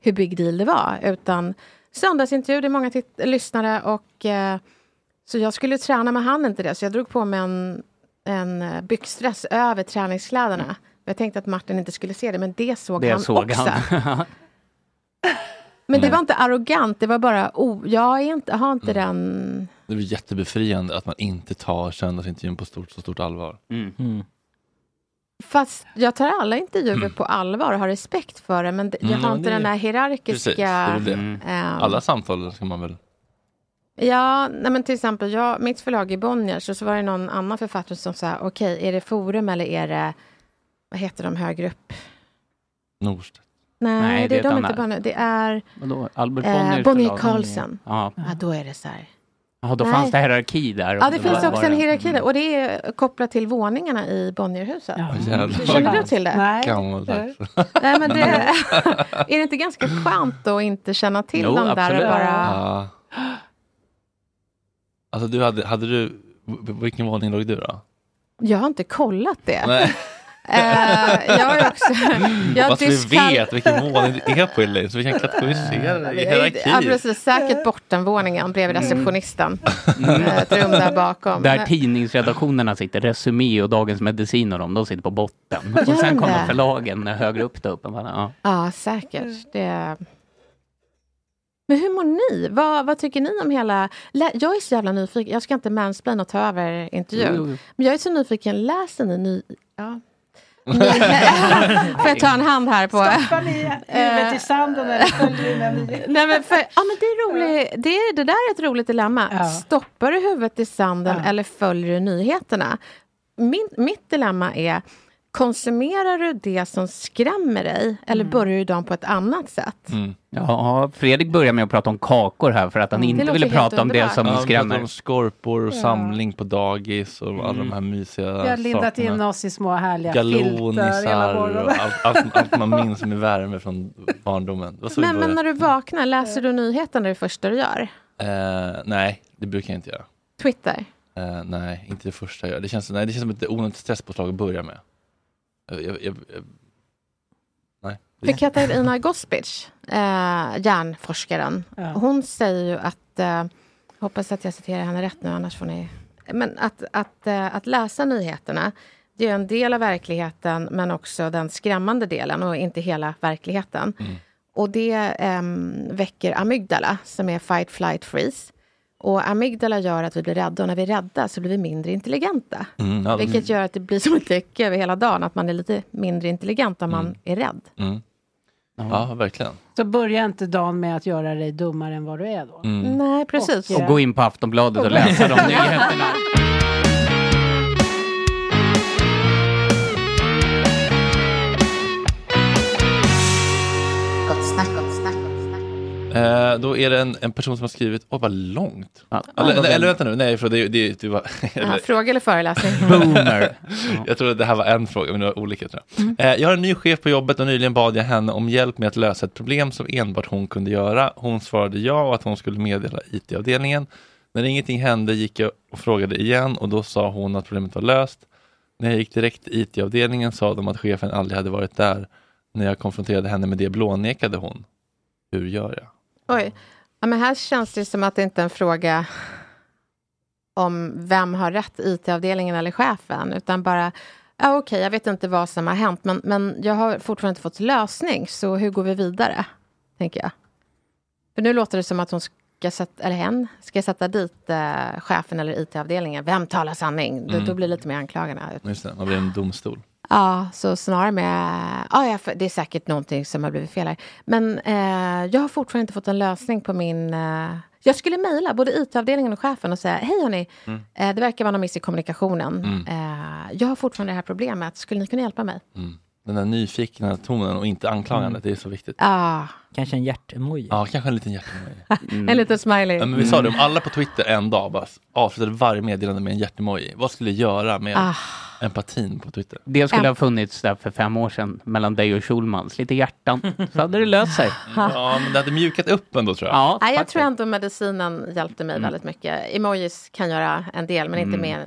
S10: hur big deal det var. Utan söndagsintervju, det är många titt- lyssnare och eh, så jag skulle träna med han inte det. Så jag drog på mig en, en eh, byxdress över
S1: Mm.
S10: träningskläderna. Jag tänkte att Martin inte skulle se det, men det såg
S5: det
S10: han
S5: såg
S10: också.
S5: han.
S10: Men
S1: Mm.
S10: det var inte arrogant, det var bara, oh, jag är inte, har inte den...
S1: Det är jättebefriande att man inte tar söndagsintervjun på stort, så stort allvar.
S6: Mm.
S4: Mm.
S10: Fast jag tar alla intervjuer på allvar och har respekt för det, men det, jag
S1: Mm,
S10: har
S1: ja,
S10: inte
S1: det-
S10: den här
S1: Precis, det
S10: hierarkiska...
S1: är väl det.
S10: ehm,
S1: Alla samtal ska man väl...
S10: Ja, nej men till exempel, jag, mitt förlag är Bonniers och så var det någon annan författare som sa, okej, är det Forum eller är det, vad heter de högre upp?
S1: Norstedt.
S10: Nej,
S5: Nej,
S10: det,
S5: det är
S10: är de
S5: ett
S10: inte
S5: annat.
S10: Bonnier. Det är
S5: Vadå? Albert Bonnier?
S10: eh, Bonnier
S5: förlag.
S10: Carlsen.
S5: Ja.
S10: Ja, då är det så här.
S5: Jaha, då
S10: Nej.
S5: fanns det hierarki där.
S10: Ja, det finns
S5: var-
S10: också
S5: var
S10: en
S5: det- Mm.
S10: hierarki där. Och det är kopplat till våningarna i Bonnierhuset.
S5: jävlar.
S10: Känner du till det?
S1: Gammaldags.
S10: Nej, men det, är det inte ganska skönt då att inte känna till
S1: Jo,
S10: dem där och
S1: absolut.
S10: bara...
S1: Ja. Alltså du hade, hade du, v- vilken våning låg du då?
S10: Jag har inte kollat det.
S1: Nej.
S10: Eh, jag har ju också... jag
S1: Bara så vi
S10: diskval-
S1: vet vilken våning du är på Elaine, så vi kan kategorisera dig i hierarki.
S10: Ja, precis. Säkert bottenvåningen bredvid receptionisten. Eh, Ett rum där bakom.
S5: Mm. Där
S10: Men-
S5: tidningsredaktionerna sitter, Resumé och Dagens Medicin och de, de sitter på botten.
S10: Gör
S5: Och sen
S10: de
S5: kommer
S10: det?
S5: förlagen högre upp. Där uppe. Ja.
S10: Ja, säkert. Det... Men hur mår ni? Vad, vad tycker ni om hela... Lä... Jag är så jävla nyfiken. Jag ska inte mansplaina och ta över intervjun.
S5: Jo, jo, jo.
S10: Men jag är så nyfiken. Läser ni ny... Ja. Ni... Får jag ta en hand här på...
S4: Stoppar ni huvudet i sanden eller följer ni med mig?
S10: Nej, men för, ja, men det, är rolig, det, är- det där är ett roligt dilemma. Stoppar du huvudet i sanden eller följer du nyheterna? Min, mitt dilemma är, konsumerar du det som skrämmer dig eller börjar du dagen på ett annat sätt?
S1: Mm.
S5: Ja, Fredrik börjar med att prata om kakor här för att han
S10: Det
S5: inte
S10: låter
S5: ville
S10: helt
S5: prata om det
S10: underbart.
S5: som
S1: Ja, vi pratade
S5: skrämmer.
S1: om skorpor och
S4: Ja.
S1: samling på dagis och alla de här mysiga
S4: Vi har lindat in
S1: sakerna.
S4: oss i små härliga filtar hela
S1: Galonisar Eh, och
S4: morgonen.
S1: allt, allt, allt man minns med värme från barndomen. Det var så vi
S10: Men, men
S1: började.
S10: när du vaknar, läser du nyheterna det första du gör?
S1: Eh, nej, det brukar jag inte göra.
S10: Twitter?
S1: Eh, nej, inte det första jag gör. Det känns, nej, det känns som ett onödigt stresspåslag att börja med. Eh, jag, jag, jag, nej.
S10: För Katarina Gospic, eh, hjärnforskaren, hon säger ju att, eh, jag hoppas att jag citerar henne rätt nu, annars får ni... Men att, att, eh, att läsa nyheterna, det är en del av verkligheten, men också den skrämmande delen och inte hela verkligheten.
S1: Mm.
S10: Och det ehm, väcker amygdala, som är fight, flight, freeze. Och amygdala gör att vi blir rädda, och när vi är rädda så blir vi mindre intelligenta.
S1: Mm, ja,
S10: Vilket gör att det blir som ett däcke över hela dagen, att man är lite mindre intelligent om man är rädd.
S1: Mm. Ja, verkligen.
S4: Så börja inte dagen med att göra dig dummare än vad du är då.
S1: Mm.
S10: Nej, precis.
S5: Mm. Och gå in på Aftonbladet och läsa de nyheterna.
S10: Gott snack, gott snack.
S1: Eh, då är det en, en person som har skrivit, åh vad långt. Eller, eller, eller vänta nu, nej, för det, det, det var...
S10: Ja, fråga eller föreläsning?
S1: Boomer. jag tror att det här var en fråga, men det var olika tror jag.
S10: Mm.
S1: Eh, jag har en ny chef på jobbet och nyligen bad jag henne om hjälp med att lösa ett problem som enbart hon kunde göra. Hon svarade ja och att hon skulle meddela IT-avdelningen. När ingenting hände gick jag och frågade igen och då sa hon att problemet var löst. När jag gick direkt till IT-avdelningen sa de att chefen aldrig hade varit där. När jag konfronterade henne med det blånekade hon. Hur gör jag?
S10: Oj. Ja, men här känns det som att det inte är en fråga om vem har rätt, IT-avdelningen eller chefen, utan bara Ja, Okej, jag vet inte vad som har hänt, men, men jag har fortfarande inte fått lösning, så hur går vi vidare? Tänker jag. För nu låter det som att hon ska sätta, eller hen, ska sätta dit eh, chefen eller IT-avdelningen. Vem talar sanning? Då,
S1: Mm.
S10: då blir det lite mer anklagande.
S1: Just det, man blir en domstol.
S10: Ja, så snarare med... Ja, jag, det är säkert någonting som har blivit fel här. Men eh, jag har fortfarande inte fått en lösning på min... Eh, jag skulle mejla både IT-avdelningen och chefen och säga Hej hörni,
S1: Mm.
S10: eh, det verkar vara någon miss i kommunikationen.
S1: Mm.
S10: Eh, jag har fortfarande det här problemet. Skulle ni kunna hjälpa mig?
S1: Mm. Den där nyfikna tonen och inte anklagandet, det är så viktigt.
S10: Mm. Ja,
S6: Kanske en hjärtemoji?
S1: Ja, kanske en liten hjärtemoji.
S10: en liten smiley. Mm.
S1: Ja, men vi sa det, om alla på Twitter en dag bara s- avslutade varje meddelande med en hjärtemoji, vad skulle jag göra med
S10: Ah.
S1: empatin på Twitter?
S5: Det skulle
S10: Ja.
S5: ha funnits där för fem år sedan mellan dig och Schulmans. Lite hjärtan, så hade det löst sig.
S1: Ja, men det hade mjukat upp ändå tror jag.
S5: Ja,
S10: Nej, jag tror ändå medicinen hjälpte mig väldigt mycket. Emojis kan göra en del, men inte
S1: Mm.
S10: mer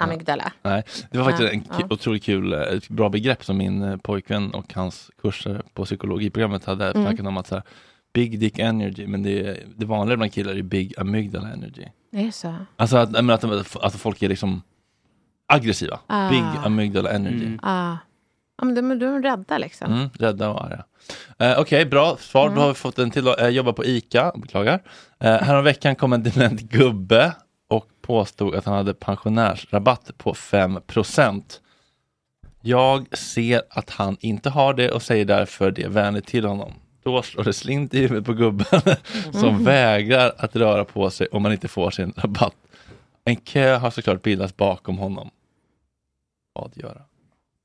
S10: amygdala.
S1: Nej, det var faktiskt
S10: Ja,
S1: en k-
S10: ja.
S1: otroligt kul, eh, ett bra begrepp som min eh, pojkvän och hans kurser på psykologiprogrammet hade
S10: Mm.
S1: snackat om att så här, big dick energy, men det, är- det vanliga bland killar är big amygdala energy.
S10: Det är så.
S1: Alltså att, nej, men att, de- att folk är liksom aggressiva,
S10: Ah.
S1: big amygdala energy.
S10: Ja. Ah. Ja, men de, de är rädda liksom. Mm.
S1: Mm, rädda och arga. Eh, Okej, bra svar. Då har vi fått en till. då. Eh, jobbar på ICA, beklagar. Eh, häromveckan kom en dement gubbe och påstod att han hade pensionärsrabatt på 5 Jag ser att han inte har det och säger därför det vänligt till honom. Då slår det slint i huvudet på gubben som
S10: Mm.
S1: vägrar att röra på sig om man inte får sin rabatt. En kö har såklart bildats bakom honom. Vad göra?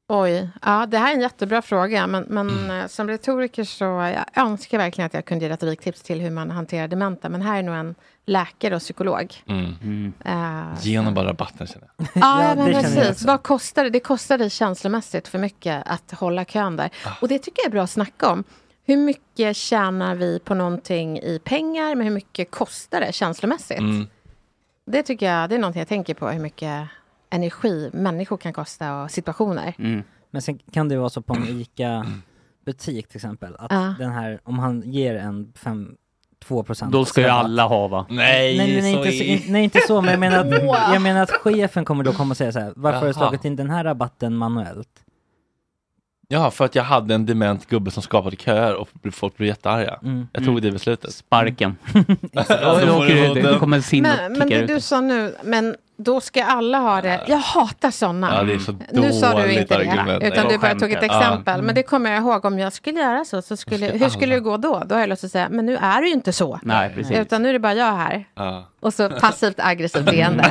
S10: Oj, ja, det här är en jättebra fråga, men, men
S1: Mm.
S10: eh, som retoriker så jag önskar verkligen att jag kunde ge retoriktips till hur man hanterar dementa, men här är nog en läkare och psykolog.
S1: Mm.
S10: Eh,
S1: Ge honom bara rabatten känner jag.
S10: Ja,
S1: Ja,
S10: men
S1: det känner jag
S10: precis.
S1: också.
S10: Vad kostar det? Det kostar dig känslomässigt för mycket att hålla kön där.
S1: Ah.
S10: Och det tycker jag är bra att snacka om. Hur mycket tjänar vi på någonting i pengar, men hur mycket kostar det känslomässigt?
S1: Mm.
S10: Det tycker jag, det är någonting jag tänker på, hur mycket energi människor kan kosta och situationer.
S5: Mm.
S6: Men sen kan det ju vara så på en ICA-butik till exempel, att
S10: Ja.
S6: den här, om han ger en fem, 2 procent
S5: Då ska ju alla ha va?
S6: Nej, nej, nej, inte, så, in- nej inte så, men jag menar, att, jag menar att chefen kommer då komma och säga så här, varför har du
S1: Jaha.
S6: slagit in den här rabatten manuellt?
S1: Ja, för att jag hade en dement gubbe som skapade köer och bl- folk blev jättearga.
S6: Mm.
S1: Jag tog
S6: Mm.
S1: det beslutet.
S5: Sparken.
S1: Då
S5: Då
S1: får
S5: åker
S1: du
S5: du-
S1: vara
S5: du
S1: den.
S5: kommer sinnet
S10: Men, men det du sa nu, men då ska alla ha det. Jag hatar sådana.
S1: Ah. Ja, det är så
S10: nu sa du
S1: dåligt
S10: inte
S1: argument.
S10: det, utan
S1: Nej.
S10: du bara tog ett
S1: Skämt, ja.
S10: exempel.
S1: Mm.
S10: Men det kommer jag ihåg, om jag skulle göra så, så skulle, hur skulle det gå då? Då har jag lust att säga, men nu är det ju inte så.
S5: Nej, precis.
S10: Utan nu är det bara jag här.
S1: Ja.
S10: Och så passivt aggressivt
S5: Mm.
S10: leende.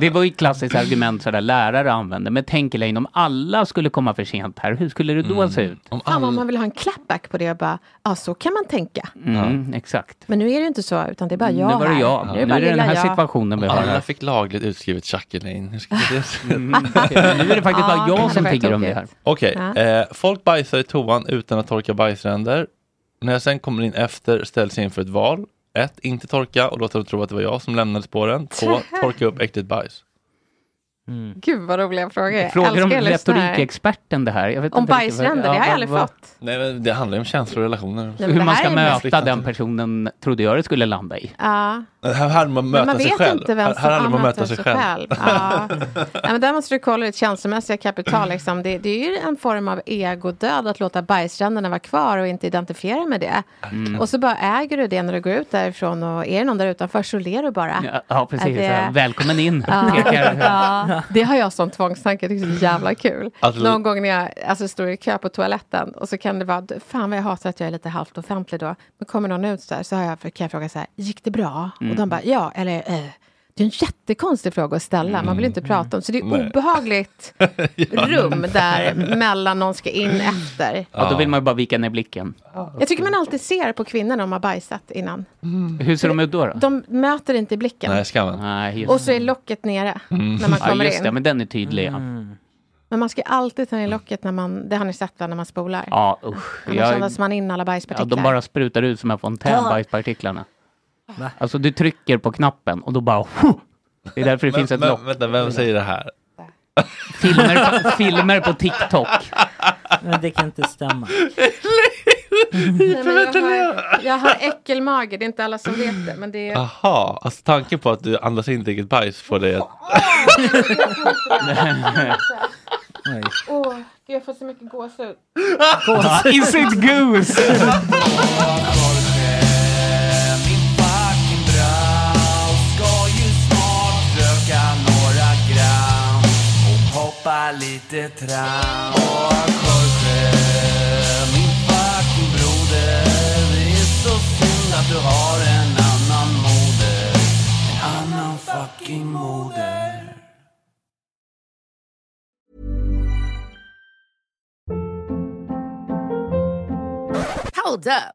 S5: Det var ju ett klassiskt argument sådär lärare använde. Men tänk Elaine, om alla skulle komma för sent här, hur skulle det då
S1: Mm.
S5: se ut?
S10: Fan vad man vill ha en clapback på det och bara, ja så kan man tänka.
S5: Mm, exakt.
S10: Men nu är det ju inte så, utan det är bara jag
S5: nu var det
S10: här.
S5: jag.
S10: Nu
S5: Nu
S10: är
S5: är
S10: det bara
S5: det den
S10: lilla
S5: här
S10: jag.
S5: situationen vi har här.
S1: Alla fick lagligt utskrivet Chuckelin. Hur skulle det se ut?
S5: Nu är det faktiskt bara jag som tigger om det här.
S1: Okej,
S5: Ja.
S1: eh, folk bajsar i toan utan att torka bajsränder. När jag sen kommer in efter ställs jag inför ett val. Ett, Inte torka och låta dem tro att det var jag som lämnade spåren. Två, Torka upp äckligt bajs.
S10: Gud vad roliga frågor. Jag
S5: Frågar om
S10: älskar att lyssna här.
S5: retorikexperten det här? Jag vet
S10: Om
S5: inte riktigt vad-
S10: bajsränder, det har jag aldrig
S5: vad-
S10: fått.
S1: Nej, men det handlar ju om känslor och relationer.
S10: men
S5: Hur
S10: det
S5: man
S10: här
S5: ska
S10: är mest-
S5: möta den personen trodde jag det skulle landa i.
S10: Ja.
S1: Det Här handlar man om
S10: Men
S1: att
S10: man
S1: möta sig
S10: vet
S1: själv.
S10: inte vem
S1: Här-
S10: som
S1: här handlar man om att
S10: använder
S1: möta sig själv.
S10: Ja. Nej, men där måste du kolla ditt känslomässiga kapital. Liksom. Det, det är ju en form av egodöd att låta bajsränderna vara kvar och inte identifiera med det.
S5: Mm.
S10: Och så bara äger du det när du går ut därifrån och är det någon där utanför så ler du bara.
S5: Ja, ja precis.
S10: Att det-
S5: Välkommen in.
S10: Ja,
S5: Pekar.
S10: ja, det har jag som tvångstanke, det är så jävla kul.
S5: Att-
S10: Någon gång när jag alltså, står i kö på toaletten och så kan det vara, fan vad jag hatar att jag är lite halvt offentlig då. Men kommer någon ut så här så har jag, kan jag fråga så här, gick det bra?
S11: Mm.
S10: Och de bara, ja, eller eh. Det är en jättekonstig fråga att ställa, man vill inte prata om, så det är
S5: Mm. Nej.
S10: obehagligt rum där mellan någon ska in efter.
S5: Ja, då vill man ju bara vika ner blicken.
S10: Jag tycker man alltid ser på kvinnorna om de har bajsat innan.
S5: Hur ser de ut då? då?
S10: De möter inte i blicken.
S5: Nej,
S1: skammen.
S5: Nej, just.
S10: Och så är locket nere när man
S5: Mm. ja,
S10: kommer
S5: just
S10: in.
S5: det. Men den är tydlig. ja.
S10: Men man ska alltid ta ner locket när man, det har ni sett va, när man spolar.
S5: Ja, usch.
S10: Annars
S5: Jag-
S10: andas man in alla
S5: Ja,
S10: bajspartiklar.
S5: de bara sprutar ut som en fontän,
S10: Ja.
S5: bajspartiklarna. Alltså du trycker på knappen och då bara... Huh! Det är därför det
S1: Men-
S5: finns ett
S1: men-
S5: lock.
S1: Vänta, vem säger det här?
S5: Filmer, på- filmer på TikTok.
S6: Men det kan inte stämma.
S10: Nej, men jag, har, jag har äckelmage, det är inte alla som vet det. Men det
S5: Ah.
S10: är...
S1: Aha, alltså tanken på att du andas in ditt eget bajs får dig att...
S6: Nej.
S10: Åh, gud, jag får så mycket gåshud.
S5: Is it goose?
S12: Hoppa lite tram Och Jorge, min fucking broder Det är så synd att du har en annan moder En annan fucking moder
S13: Hold up.